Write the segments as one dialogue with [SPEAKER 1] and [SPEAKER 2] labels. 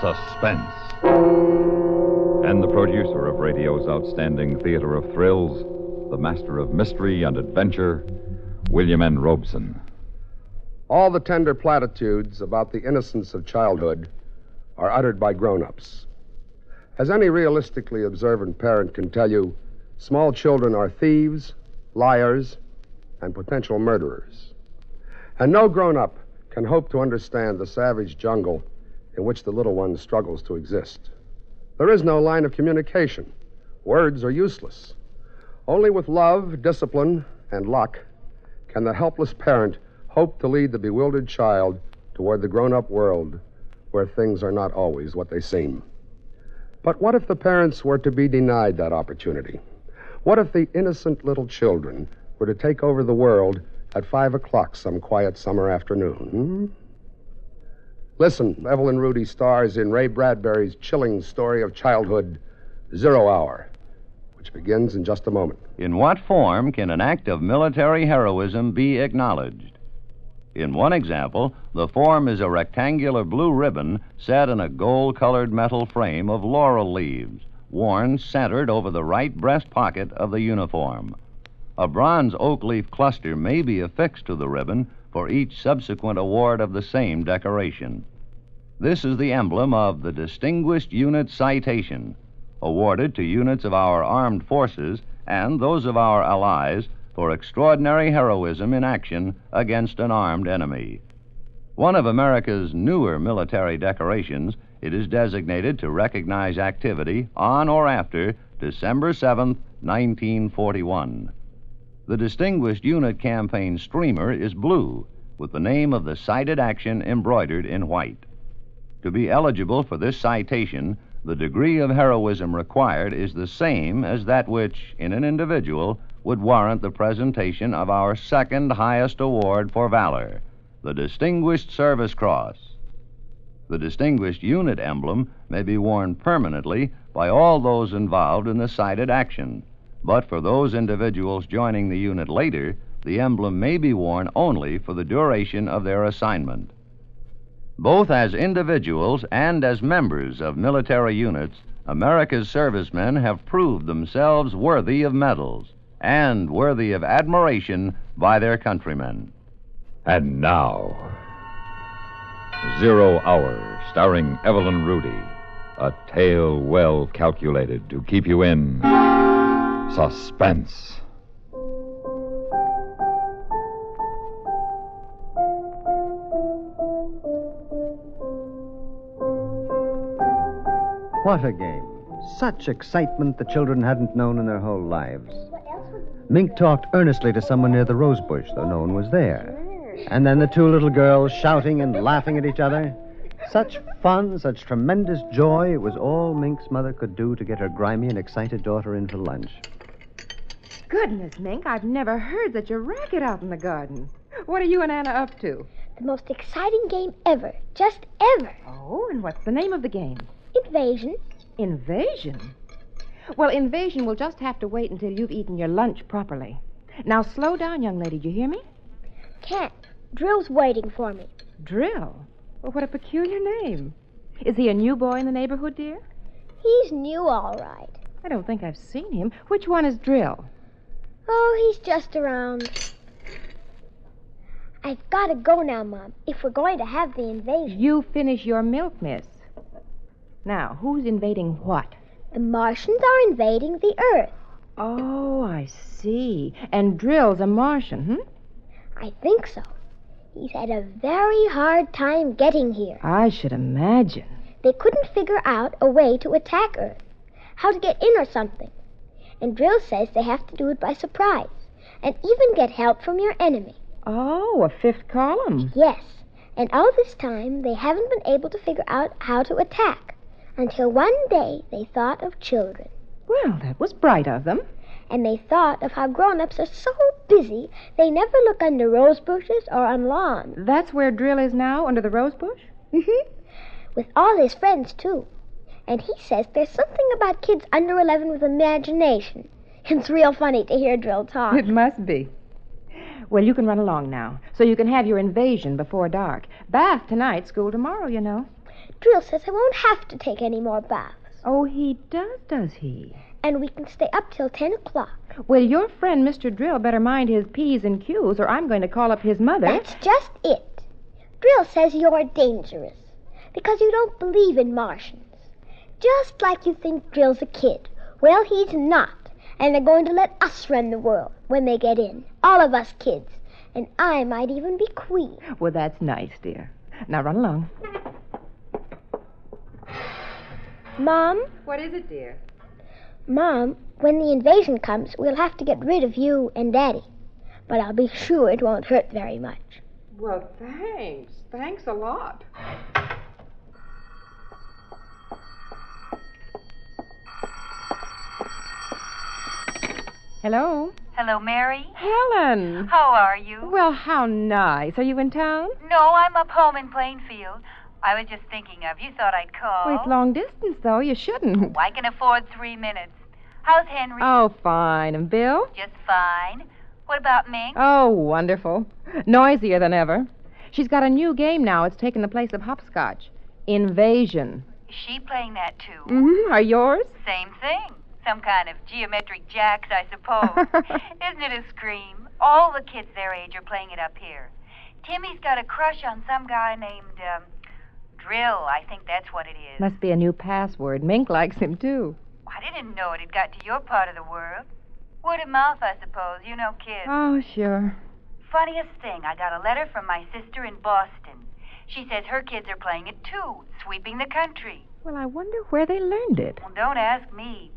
[SPEAKER 1] suspense. And the producer of radio's outstanding theater of thrills, the master of mystery and adventure, William N. Robeson.
[SPEAKER 2] All the tender platitudes about the innocence of childhood are uttered by grown-ups. As any realistically observant parent can tell you, small children are thieves, liars, and potential murderers. And no grown-up can hope to understand the savage jungle in which the little one struggles to exist. There is no line of communication. Words are useless. Only with love, discipline, and luck can the helpless parent hope to lead the bewildered child toward the grown up world where things are not always what they seem. But what if the parents were to be denied that opportunity? What if the innocent little children were to take over the world at five o'clock some quiet summer afternoon? hmm? Listen, Evelyn Rudy stars in Ray Bradbury's chilling story of childhood, Zero Hour, which begins in just a moment.
[SPEAKER 3] In what form can an act of military heroism be acknowledged? In one example, the form is a rectangular blue ribbon set in a gold colored metal frame of laurel leaves, worn centered over the right breast pocket of the uniform. A bronze oak leaf cluster may be affixed to the ribbon for each subsequent award of the same decoration. This is the emblem of the Distinguished Unit Citation, awarded to units of our armed forces and those of our allies for extraordinary heroism in action against an armed enemy. One of America's newer military decorations, it is designated to recognize activity on or after December 7, 1941. The Distinguished Unit Campaign streamer is blue, with the name of the cited action embroidered in white. To be eligible for this citation, the degree of heroism required is the same as that which, in an individual, would warrant the presentation of our second highest award for valor, the Distinguished Service Cross. The Distinguished Unit emblem may be worn permanently by all those involved in the cited action. But for those individuals joining the unit later, the emblem may be worn only for the duration of their assignment. Both as individuals and as members of military units, America's servicemen have proved themselves worthy of medals and worthy of admiration by their countrymen.
[SPEAKER 1] And now, Zero Hour, starring Evelyn Rudy, a tale well calculated to keep you in suspense.
[SPEAKER 4] What a game. Such excitement the children hadn't known in their whole lives. Mink talked earnestly to someone near the rose bush, though no one was there. And then the two little girls shouting and laughing at each other. Such fun, such tremendous joy. It was all Mink's mother could do to get her grimy and excited daughter in for lunch.
[SPEAKER 5] Goodness, Mink, I've never heard such a racket out in the garden. What are you and Anna up to?
[SPEAKER 6] The most exciting game ever. Just ever.
[SPEAKER 5] Oh, and what's the name of the game?
[SPEAKER 6] Invasion.
[SPEAKER 5] Invasion? Well, invasion will just have to wait until you've eaten your lunch properly. Now, slow down, young lady. Do you hear me?
[SPEAKER 6] Can't. Drill's waiting for me.
[SPEAKER 5] Drill? Well, what a peculiar name. Is he a new boy in the neighborhood, dear?
[SPEAKER 6] He's new, all right.
[SPEAKER 5] I don't think I've seen him. Which one is Drill?
[SPEAKER 6] Oh, he's just around. I've got to go now, Mom, if we're going to have the invasion.
[SPEAKER 5] You finish your milk, miss. Now, who's invading what?
[SPEAKER 6] The Martians are invading the Earth.
[SPEAKER 5] Oh, I see. And Drill's a Martian, hmm?
[SPEAKER 6] I think so. He's had a very hard time getting here.
[SPEAKER 5] I should imagine.
[SPEAKER 6] They couldn't figure out a way to attack Earth, how to get in or something. And Drill says they have to do it by surprise, and even get help from your enemy.
[SPEAKER 5] Oh, a fifth column.
[SPEAKER 6] Yes, and all this time they haven't been able to figure out how to attack, until one day they thought of children.
[SPEAKER 5] Well, that was bright of them.
[SPEAKER 6] And they thought of how grown-ups are so busy they never look under rose bushes or on lawns.
[SPEAKER 5] That's where Drill is now, under the rose bush?
[SPEAKER 6] Mhm. with all his friends, too. And he says there's something about kids under 11 with imagination. It's real funny to hear Drill talk.
[SPEAKER 5] It must be. Well, you can run along now, so you can have your invasion before dark. Bath tonight, school tomorrow, you know.
[SPEAKER 6] Drill says I won't have to take any more baths,
[SPEAKER 5] Oh, he does, does he?
[SPEAKER 6] and we can stay up till 10 o'clock.
[SPEAKER 5] Well, your friend, Mr. Drill, better mind his P's and Q's, or I'm going to call up his mother.
[SPEAKER 6] That's just it. Drill says you're dangerous because you don't believe in Martians. Just like you think Drill's a kid. Well, he's not. And they're going to let us run the world when they get in. All of us kids. And I might even be queen.
[SPEAKER 5] Well, that's nice, dear. Now run along.
[SPEAKER 6] Mom,
[SPEAKER 5] What is it, dear?
[SPEAKER 6] Mom, when the invasion comes, we'll have to get rid of you and Daddy. But I'll be sure it won't hurt very much.
[SPEAKER 5] Well, thanks. Thanks a lot. Hello?
[SPEAKER 7] Hello, Mary.
[SPEAKER 5] Helen!
[SPEAKER 7] How are you?
[SPEAKER 5] Well, how nice. Are you in town?
[SPEAKER 7] No, I'm up home in Plainfield. I was just thinking of you. Thought I'd call.
[SPEAKER 5] Well, it's long distance, though. You shouldn't.
[SPEAKER 7] Oh, I can afford three minutes. How's Henry?
[SPEAKER 5] Oh, fine. And Bill?
[SPEAKER 7] Just fine. What about Mink?
[SPEAKER 5] Oh, wonderful. Noisier than ever. She's got a new game now. It's taken the place of hopscotch. Invasion.
[SPEAKER 7] Is she playing that too?
[SPEAKER 5] Mm-hmm. Are yours?
[SPEAKER 7] Same thing. Some kind of geometric jacks, I suppose. Isn't it a scream? All the kids their age are playing it up here. Timmy's got a crush on some guy named um, Drill. I think that's what it is.
[SPEAKER 5] Must be a new password. Mink likes him, too.
[SPEAKER 7] I didn't know it had got to your part of the world. Word of mouth, I suppose. You know kids.
[SPEAKER 5] Oh, sure.
[SPEAKER 7] Funniest thing, I got a letter from my sister in Boston. She says her kids are playing it too, sweeping the country.
[SPEAKER 5] Well, I wonder where they learned it.
[SPEAKER 7] Well, don't ask me.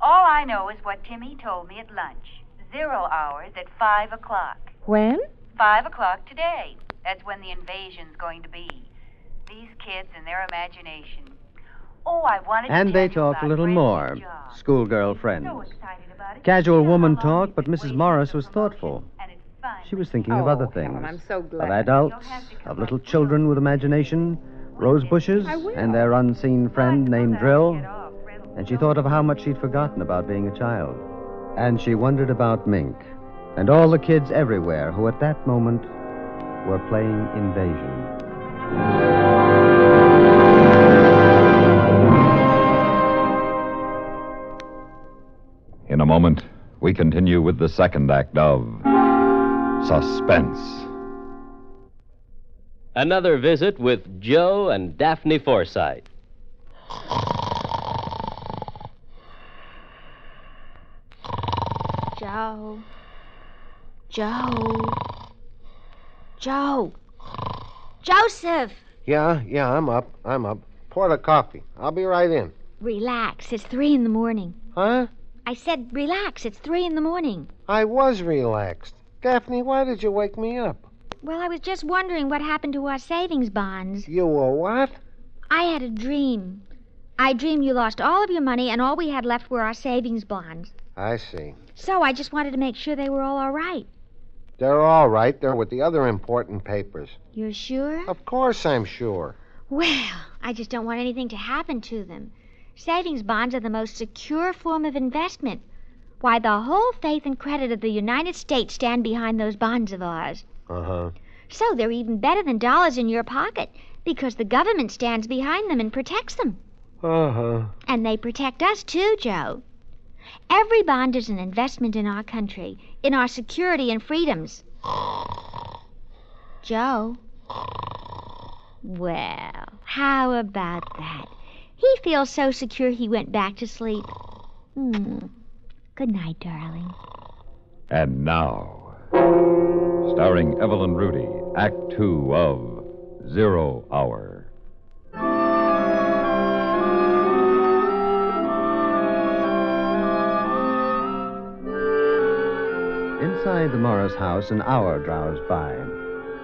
[SPEAKER 7] All I know is what Timmy told me at lunch. Zero hours at five o'clock.
[SPEAKER 5] When?
[SPEAKER 7] Five o'clock today. That's when the invasion's going to be. These kids and their imagination. Oh, I wanted to
[SPEAKER 4] And they
[SPEAKER 7] tell you
[SPEAKER 4] talked a
[SPEAKER 7] about
[SPEAKER 4] little
[SPEAKER 7] Brandy's
[SPEAKER 4] more.
[SPEAKER 7] job.
[SPEAKER 4] Schoolgirl friends.
[SPEAKER 7] So excited about it.
[SPEAKER 4] Casual
[SPEAKER 7] You know how
[SPEAKER 4] woman
[SPEAKER 7] long
[SPEAKER 4] talk,
[SPEAKER 7] we've
[SPEAKER 4] but
[SPEAKER 7] been
[SPEAKER 4] Mrs.
[SPEAKER 7] waiting
[SPEAKER 4] Morris
[SPEAKER 7] for
[SPEAKER 4] was
[SPEAKER 7] promotion,
[SPEAKER 4] thoughtful.
[SPEAKER 7] and it's finally
[SPEAKER 4] She was thinking of
[SPEAKER 5] Oh,
[SPEAKER 4] other
[SPEAKER 5] Helen,
[SPEAKER 4] things.
[SPEAKER 5] I'm so
[SPEAKER 4] Of
[SPEAKER 5] glad.
[SPEAKER 4] adults,
[SPEAKER 7] You'll have to come
[SPEAKER 4] of little
[SPEAKER 7] up with
[SPEAKER 4] children with
[SPEAKER 7] something.
[SPEAKER 4] imagination, rose bushes,
[SPEAKER 5] I will.
[SPEAKER 4] and their unseen friend named Drill. And she thought of how much she'd
[SPEAKER 7] forgotten.
[SPEAKER 4] forgotten about being a child. And she wondered about Mink and all the kids everywhere who at that moment were playing invasion.
[SPEAKER 1] In a moment, we continue with the second act of Suspense.
[SPEAKER 8] Another visit with Joe and Daphne Forsythe.
[SPEAKER 9] Joe. Joe. Joe. Joseph!
[SPEAKER 10] Yeah, yeah, I'm up. I'm up. Pour the coffee. I'll be right in.
[SPEAKER 9] Relax. It's three in the morning.
[SPEAKER 10] Huh?
[SPEAKER 9] I said, relax. It's three in the morning.
[SPEAKER 10] I was relaxed. Daphne, why did you wake me up?
[SPEAKER 9] Well, I was just wondering what happened to our savings bonds.
[SPEAKER 10] You were what?
[SPEAKER 9] I had a dream. I dreamed you lost all of your money and all we had left were our savings bonds.
[SPEAKER 10] I see.
[SPEAKER 9] So I just wanted to make sure they were all all right.
[SPEAKER 10] They're all right. They're with the other important papers.
[SPEAKER 9] You're sure?
[SPEAKER 10] Of course I'm sure.
[SPEAKER 9] Well, I just don't want anything to happen to them. Savings bonds are the most secure form of investment. Why, the whole faith and credit of the United States stand behind those bonds of ours.
[SPEAKER 10] Uh huh.
[SPEAKER 9] So they're even better than dollars in your pocket because the government stands behind them and protects them.
[SPEAKER 10] Uh huh.
[SPEAKER 9] And they protect us too, Joe. Every bond is an investment in our country, in our security and freedoms. Joe? Well, how about that? He feels so secure he went back to sleep. Hmm. Good night, darling.
[SPEAKER 1] And now, starring Evelyn Rudy, Act Two of Zero Hour.
[SPEAKER 4] Inside the Morris house, an hour drowsed by,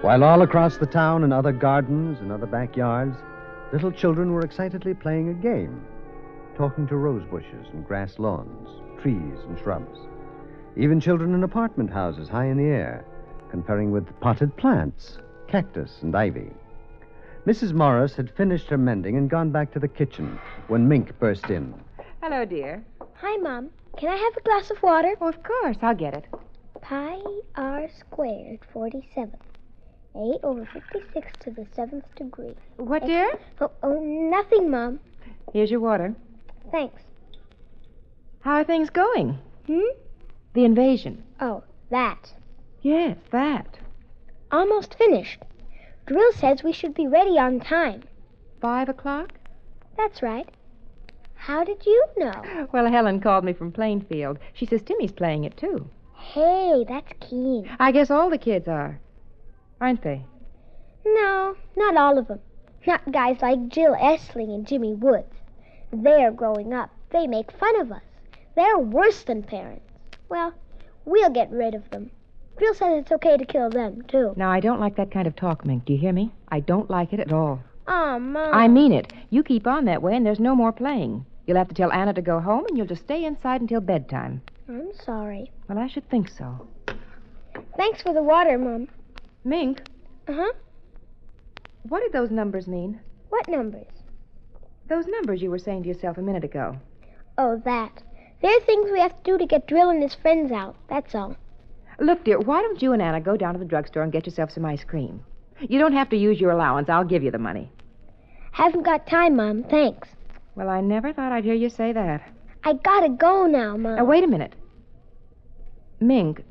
[SPEAKER 4] while all across the town in other gardens and other backyards, little children were excitedly playing a game, talking to rose bushes and grass lawns, trees and shrubs. Even children in apartment houses high in the air, comparing with potted plants, cactus and ivy. Mrs. Morris had finished her mending and gone back to the kitchen when Mink burst in.
[SPEAKER 5] Hello, dear.
[SPEAKER 6] Hi, Mom. Can I have a glass of water?
[SPEAKER 5] Oh, of course. I'll get it.
[SPEAKER 6] Pi r squared 47. 8 over 56 to the 7th degree.
[SPEAKER 5] What, dear?
[SPEAKER 6] Oh, oh nothing, Mom.
[SPEAKER 5] Here's your water.
[SPEAKER 6] Thanks.
[SPEAKER 5] How are things going?
[SPEAKER 6] Hmm?
[SPEAKER 5] The invasion.
[SPEAKER 6] Oh, that.
[SPEAKER 5] Yes, that.
[SPEAKER 6] Almost finished. Drill says we should be ready on time.
[SPEAKER 5] Five o'clock?
[SPEAKER 6] That's right. How did you know?
[SPEAKER 5] Well, Helen called me from Plainfield. She says Timmy's playing it, too.
[SPEAKER 6] Hey, that's keen.
[SPEAKER 5] I guess all the kids are, aren't they?
[SPEAKER 6] No, not all of them. Not guys like Jill Essling and Jimmy Woods. They're growing up. They make fun of us. They're worse than parents. Well, we'll get rid of them. Drill says it's okay to kill them, too.
[SPEAKER 5] Now, I don't like that kind of talk, Mink. Do you hear me? I don't like it at all.
[SPEAKER 6] Aw, Mom.
[SPEAKER 5] I mean it. You keep on that way, and there's no more playing. You'll have to tell Anna to go home, and you'll just stay inside until bedtime.
[SPEAKER 6] I'm sorry.
[SPEAKER 5] Well, I should think so.
[SPEAKER 6] Thanks for the water, Mom.
[SPEAKER 5] Mink,
[SPEAKER 6] Uh huh.
[SPEAKER 5] what did those numbers mean?
[SPEAKER 6] What numbers?
[SPEAKER 5] Those numbers you were saying to yourself a minute ago.
[SPEAKER 6] Oh, that. There are things we have to do to get Drill and his friends out, that's all.
[SPEAKER 5] Look, dear, why don't you and Anna go down to the drugstore and get yourself some ice cream? You don't have to use your allowance. I'll give you the money.
[SPEAKER 6] Haven't got time, Mom, thanks.
[SPEAKER 5] Well, I never thought I'd hear you say that.
[SPEAKER 6] I gotta go now, Mom.
[SPEAKER 5] Now, wait a minute. Mink,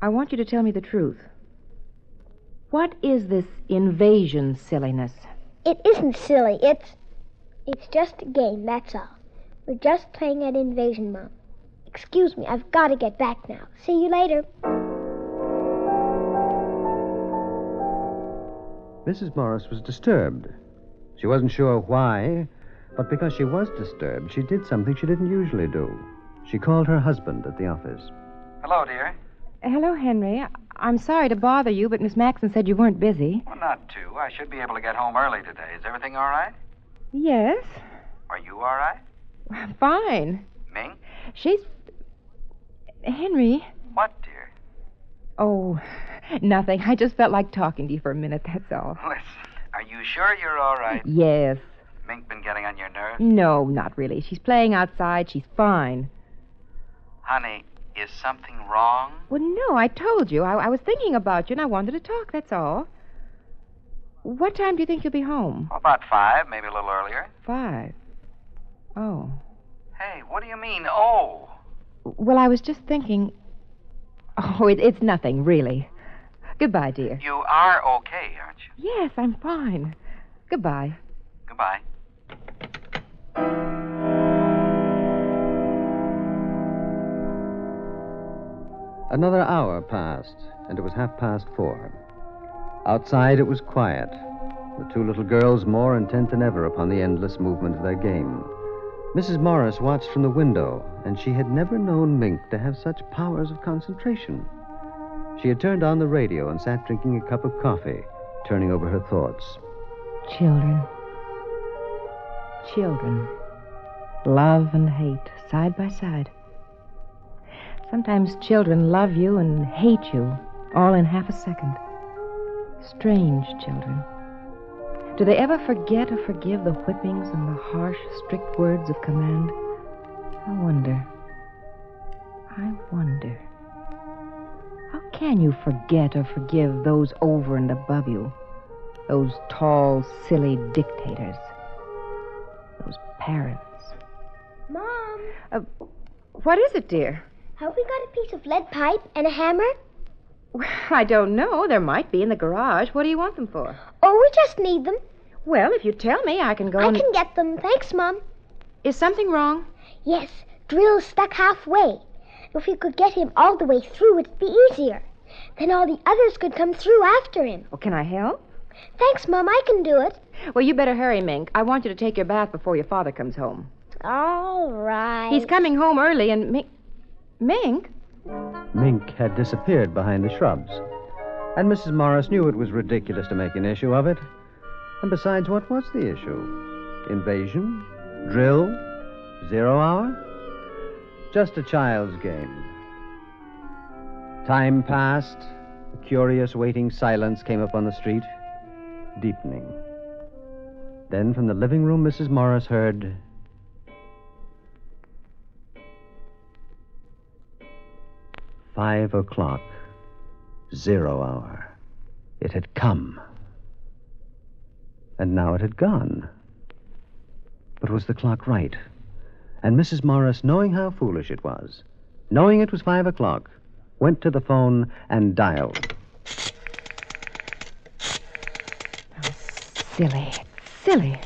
[SPEAKER 5] I want you to tell me the truth. What is this invasion silliness?
[SPEAKER 6] It isn't silly. It's. It's just a game, that's all. We're just playing at Invasion, Mom. Excuse me, I've gotta get back now. See you later.
[SPEAKER 4] Mrs. Morris was disturbed. She wasn't sure why, but because she was disturbed, she did something she didn't usually do. She called her husband at the office.
[SPEAKER 11] Hello, dear.
[SPEAKER 5] Hello, Henry. I- I'm sorry to bother you, but Miss Maxon said you weren't busy.
[SPEAKER 11] Well, not too. I should be able to get home early today. Is everything all right?
[SPEAKER 5] Yes?
[SPEAKER 11] Are you all right?
[SPEAKER 5] Fine.
[SPEAKER 11] Ming?
[SPEAKER 5] She's. Henry.
[SPEAKER 11] What, dear?
[SPEAKER 5] Oh, nothing. I just felt like talking to you for a minute, that's all.
[SPEAKER 11] Listen, are you sure you're all right?
[SPEAKER 5] Yes.
[SPEAKER 11] Mink been getting on your nerves?
[SPEAKER 5] No, not really. She's playing outside. She's fine.
[SPEAKER 11] Honey, is something wrong?
[SPEAKER 5] Well, no, I told you. I, I was thinking about you and I wanted to talk, that's all. What time do you think you'll be home?
[SPEAKER 11] About five, maybe a little earlier.
[SPEAKER 5] Five. Oh.
[SPEAKER 11] Hey, what do you mean, oh?
[SPEAKER 5] Well, I was just thinking. Oh, it, it's nothing, really. Goodbye, dear.
[SPEAKER 11] You are okay, aren't you?
[SPEAKER 5] Yes, I'm fine. Goodbye.
[SPEAKER 11] Goodbye.
[SPEAKER 4] Another hour passed, and it was half past four. Outside, it was quiet, the two little girls more intent than ever upon the endless movement of their game. Mrs. Morris watched from the window, and she had never known Mink to have such powers of concentration. She had turned on the radio and sat drinking a cup of coffee, turning over her thoughts.
[SPEAKER 5] Children. Children. Love and hate, side by side. Sometimes children love you and hate you, all in half a second. Strange children. Do they ever forget or forgive the whippings and the harsh, strict words of command? I wonder. I wonder. How can you forget or forgive those over and above you? Those tall, silly dictators. Those parents.
[SPEAKER 6] Mom,
[SPEAKER 5] Uh, What is it, dear?
[SPEAKER 6] have we got a piece of lead pipe and a hammer?
[SPEAKER 5] I don't know. There might be in the garage. What do you want them for?
[SPEAKER 6] Oh, we just need them.
[SPEAKER 5] Well, if you tell me, I can go
[SPEAKER 6] I
[SPEAKER 5] and.
[SPEAKER 6] can get them. Thanks, Mom.
[SPEAKER 5] Is something wrong?
[SPEAKER 6] Yes, Drill's stuck halfway. If we could get him all the way through, it'd be easier. Then all the others could come through after him.
[SPEAKER 5] Well, can I help?
[SPEAKER 6] Thanks, Mom. I can do it.
[SPEAKER 5] Well, you better hurry, Mink. I want you to take your bath before your father comes home.
[SPEAKER 6] All right.
[SPEAKER 5] He's coming home early, and Mink. Mink?
[SPEAKER 4] Mink had disappeared behind the shrubs, and Mrs. Morris knew it was ridiculous to make an issue of it. And besides, what was the issue? Invasion? Drill? Zero hour? Just a child's game. Time passed. A curious, waiting silence came upon the street, deepening. Then from the living room, Mrs. Morris heard. Five o'clock. Zero hour. It had come. And now it had gone. But was the clock right? And Mrs. Morris, knowing how foolish it was, knowing it was five o'clock, went to the phone and dialed.
[SPEAKER 12] Silly. Silly.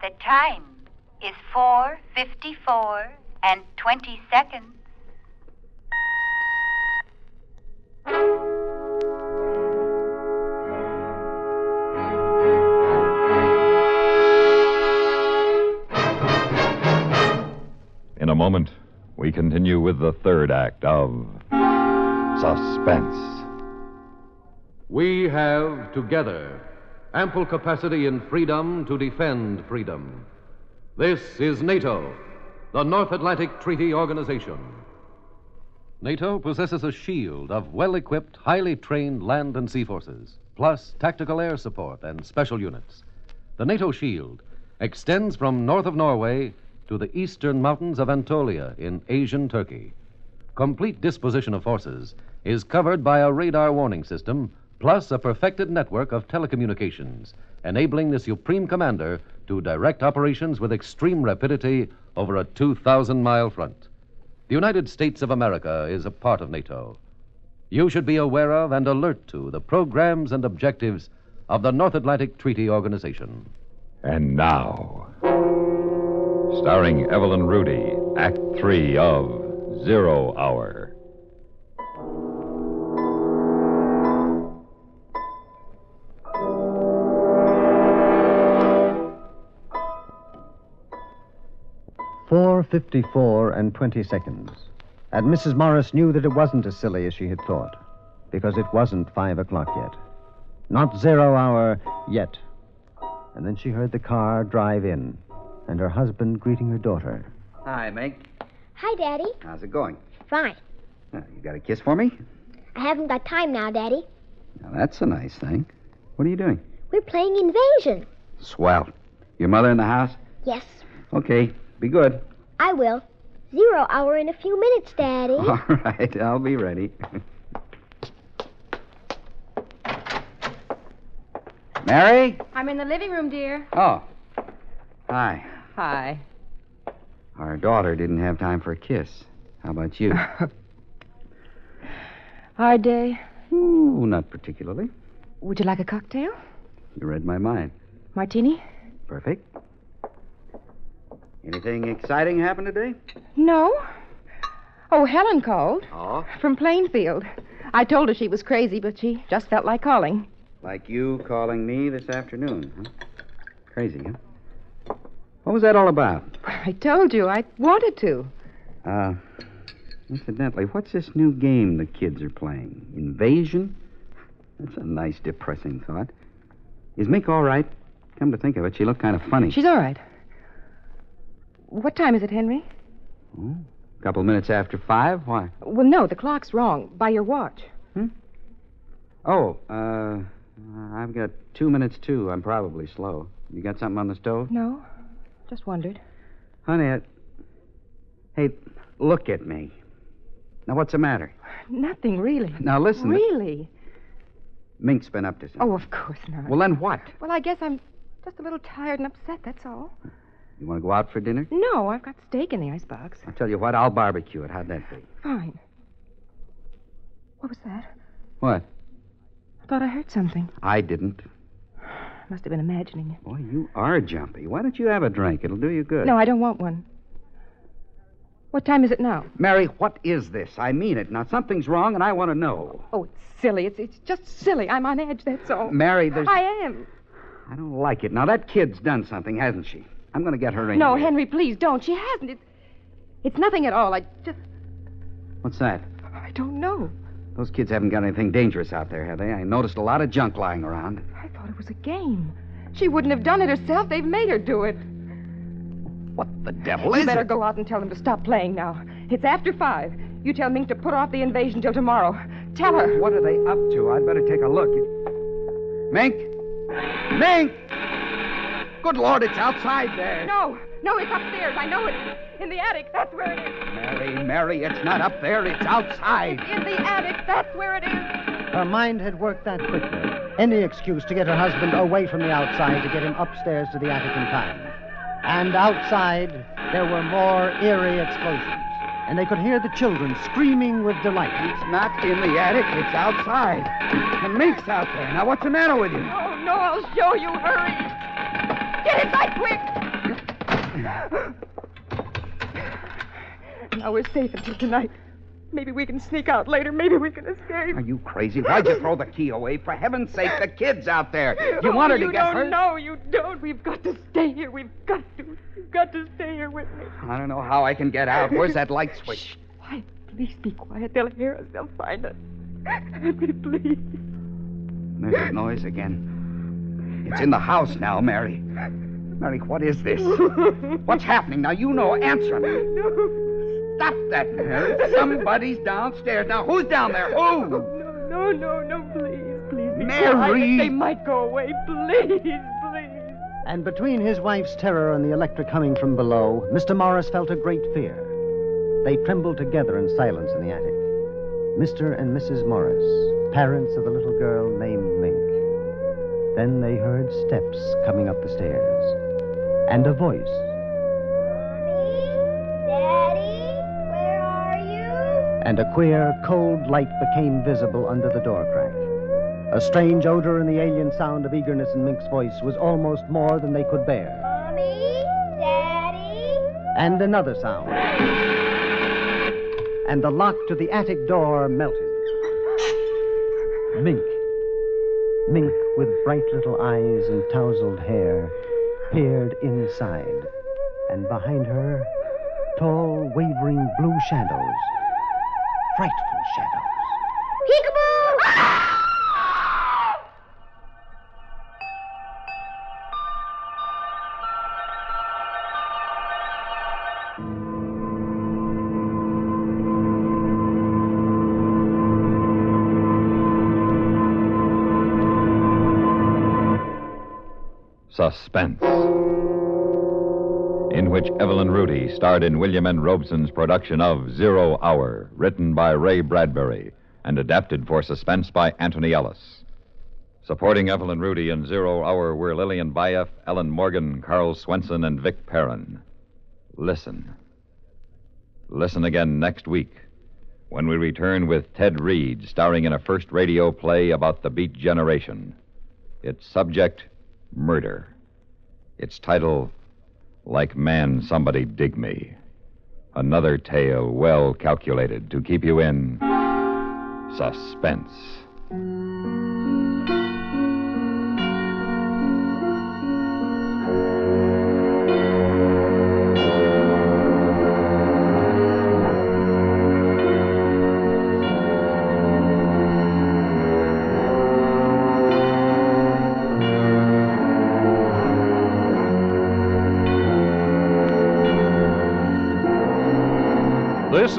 [SPEAKER 7] The time is 4.54 and 20 seconds.
[SPEAKER 1] In a moment, we continue with the third act of Suspense.
[SPEAKER 13] We have together ample capacity in freedom to defend freedom. This is NATO, the North Atlantic Treaty Organization. NATO possesses a shield of well equipped, highly trained land and sea forces, plus tactical air support and special units. The NATO shield extends from north of Norway to the eastern mountains of Anatolia in Asian Turkey. Complete disposition of forces is covered by a radar warning system, plus a perfected network of telecommunications, enabling the Supreme Commander to direct operations with extreme rapidity over a 2,000 mile front. The United States of America is a part of NATO. You should be aware of and alert to the programs and objectives of the North Atlantic Treaty Organization.
[SPEAKER 1] And now, starring Evelyn Rudy, Act Three of Zero Hour.
[SPEAKER 4] Four fifty-four and twenty seconds. And Mrs. Morris knew that it wasn't as silly as she had thought, because it wasn't five o'clock yet. Not zero hour yet. And then she heard the car drive in, and her husband greeting her daughter.
[SPEAKER 14] Hi, Meg.
[SPEAKER 6] Hi, Daddy.
[SPEAKER 5] Um.
[SPEAKER 14] How's it going?
[SPEAKER 6] Fine.
[SPEAKER 14] Uh, You got a kiss for me?
[SPEAKER 6] I haven't got time now, Daddy.
[SPEAKER 14] Now, that's a nice thing. What are you doing?
[SPEAKER 6] We're playing Invasion.
[SPEAKER 14] Swell. Your mother in the house?
[SPEAKER 6] Yes,
[SPEAKER 14] Okay, be good.
[SPEAKER 6] I will. Zero hour in a few minutes, Daddy.
[SPEAKER 5] Uh-huh.
[SPEAKER 14] All right, I'll be ready. Mary?
[SPEAKER 5] I'm in the living room, dear.
[SPEAKER 14] Oh. Hi.
[SPEAKER 5] Hi.
[SPEAKER 14] Our daughter didn't have time for a kiss. How about you?
[SPEAKER 12] Hard day.
[SPEAKER 5] Hmm.
[SPEAKER 14] Ooh, not particularly.
[SPEAKER 12] Would you like a cocktail?
[SPEAKER 14] You read my mind.
[SPEAKER 12] Martini?
[SPEAKER 14] Perfect. Anything exciting happen today?
[SPEAKER 5] No. Oh, Helen called
[SPEAKER 14] Oh?
[SPEAKER 5] from Plainfield. I told her she was crazy, but she just felt like calling.
[SPEAKER 14] Like you calling me this afternoon, huh? Crazy, huh? What was that all about?
[SPEAKER 5] I told you I wanted to.
[SPEAKER 14] Uh, incidentally, what's this new game the kids are playing? Invasion? That's a nice, depressing thought. Is Mink all right? Come to think of it, she looked kind of funny.
[SPEAKER 5] She's all right. What time is it, Henry?
[SPEAKER 14] A couple minutes after five? Why?
[SPEAKER 5] Well, no, the clock's wrong by your watch.
[SPEAKER 14] Oh, uh, I've got two minutes too. I'm probably slow. You got something on the stove?
[SPEAKER 5] No, just wondered.
[SPEAKER 14] Honey, I... hey, look at me. Now, what's the matter?
[SPEAKER 5] Nothing really.
[SPEAKER 14] Now, listen.
[SPEAKER 5] Really?
[SPEAKER 14] Mink's been up to something.
[SPEAKER 5] Oh, of course not.
[SPEAKER 14] Well, then what?
[SPEAKER 5] Well, I guess I'm just a little tired and upset. That's all.
[SPEAKER 14] You want to go out for dinner?
[SPEAKER 5] No, I've got steak in the icebox.
[SPEAKER 14] I'll tell you what, I'll barbecue it. How'd that be?
[SPEAKER 5] Fine. What was that?
[SPEAKER 14] What?
[SPEAKER 5] I thought I heard something.
[SPEAKER 14] I didn't.
[SPEAKER 5] Must have been imagining it.
[SPEAKER 14] Boy, you are jumpy. Why don't you have a drink? It'll do you good.
[SPEAKER 5] No, I don't want one. What time is it now?
[SPEAKER 14] Mary, what is this? I mean it. Now, something's wrong, and I want to know.
[SPEAKER 5] Oh, it's silly. It's, it's just silly. I'm on edge, that's all.
[SPEAKER 14] Mary, there's-
[SPEAKER 5] I am.
[SPEAKER 14] I don't like it. Now, that kid's done something, hasn't she? I'm going to get her in.
[SPEAKER 5] No,
[SPEAKER 14] here.
[SPEAKER 5] Henry, please don't. She hasn't. It's, it's nothing at all. I just.
[SPEAKER 14] What's that?
[SPEAKER 5] I don't know.
[SPEAKER 14] Those kids haven't got anything dangerous out there, have they? I noticed a lot of junk lying around.
[SPEAKER 5] I thought it was a game. She wouldn't have done it herself. They've made her do it.
[SPEAKER 14] The devil
[SPEAKER 5] you
[SPEAKER 14] is
[SPEAKER 5] better
[SPEAKER 14] it?
[SPEAKER 5] go out and tell them to stop playing now. It's after five. You tell Mink to put off the invasion till tomorrow. Tell her.
[SPEAKER 14] What are they up to? I'd better take a look. Mink! Mink! Good Lord, it's outside there.
[SPEAKER 5] No,
[SPEAKER 15] No, it's upstairs. I know it is. In the attic. That's where it is.
[SPEAKER 14] Mary, Mary, it's not up there, it's outside.
[SPEAKER 15] In the attic. That's where it is.
[SPEAKER 4] Her mind had worked that quickly. Any excuse to get her husband away from the outside to get him upstairs to the attic in time. And outside, there were more eerie explosions. And they could hear the children screaming with delight.
[SPEAKER 14] It's not in the attic, it's outside. The mink's out there. Now, what's the matter with you?
[SPEAKER 15] Oh, no, I'll show you. Hurry. Get inside quick. Now we're safe until tonight. Maybe we can sneak out later. Maybe we can escape.
[SPEAKER 14] Are you crazy? Why'd you throw the key away? For heaven's sake, the kid's out there. You
[SPEAKER 15] Oh,
[SPEAKER 14] wanted
[SPEAKER 15] you
[SPEAKER 14] to get
[SPEAKER 15] don't
[SPEAKER 14] hurt?
[SPEAKER 15] know. You don't. We've got to stay here. We've got to. You've got to stay here with me.
[SPEAKER 14] I don't know how I can get out. Where's that light switch?
[SPEAKER 15] Quiet. Please be quiet. They'll hear us. They'll find us. Henry, please.
[SPEAKER 14] There's that noise again. It's in the house now, Mary. Mary, what is this? What's happening? Now, you know. Answer me. Stop that, Mary. Somebody's downstairs. Now, who's down there? Who?
[SPEAKER 15] No, no, no, please, please. be
[SPEAKER 14] Mary!
[SPEAKER 15] quiet. They might go away. Please, please.
[SPEAKER 4] And between his wife's terror and the electric humming from below, Mr. Morris felt a great fear. They trembled together in silence in the attic. Mr. and Mrs. Morris, parents of the little girl named Mink. Then they heard steps coming up the stairs and a voice. and a queer, cold light became visible under the door crack. A strange odor and the alien sound of eagerness in Mink's voice was almost more than they could bear. And another sound. And the lock to the attic door melted. Mink. Mink, with bright little eyes and tousled hair, peered inside. And behind her, tall, wavering blue shadows. Frightful shadows.
[SPEAKER 6] Peekaboo!
[SPEAKER 1] Suspense. In which Evelyn Rudy starred in William N. Robeson's production of Zero Hour, written by Ray Bradbury and adapted for suspense by Anthony Ellis. Supporting Evelyn Rudy in Zero Hour were Lillian Baeff, Ellen Morgan, Carl Swenson, and Vic Perrin. Listen. Listen again next week when we return with Ted Reed, starring in a first radio play about the Beat Generation. Its subject, murder. Its title, Like Man, Somebody Dig Me. Another tale well calculated to keep you in suspense.
[SPEAKER 16] This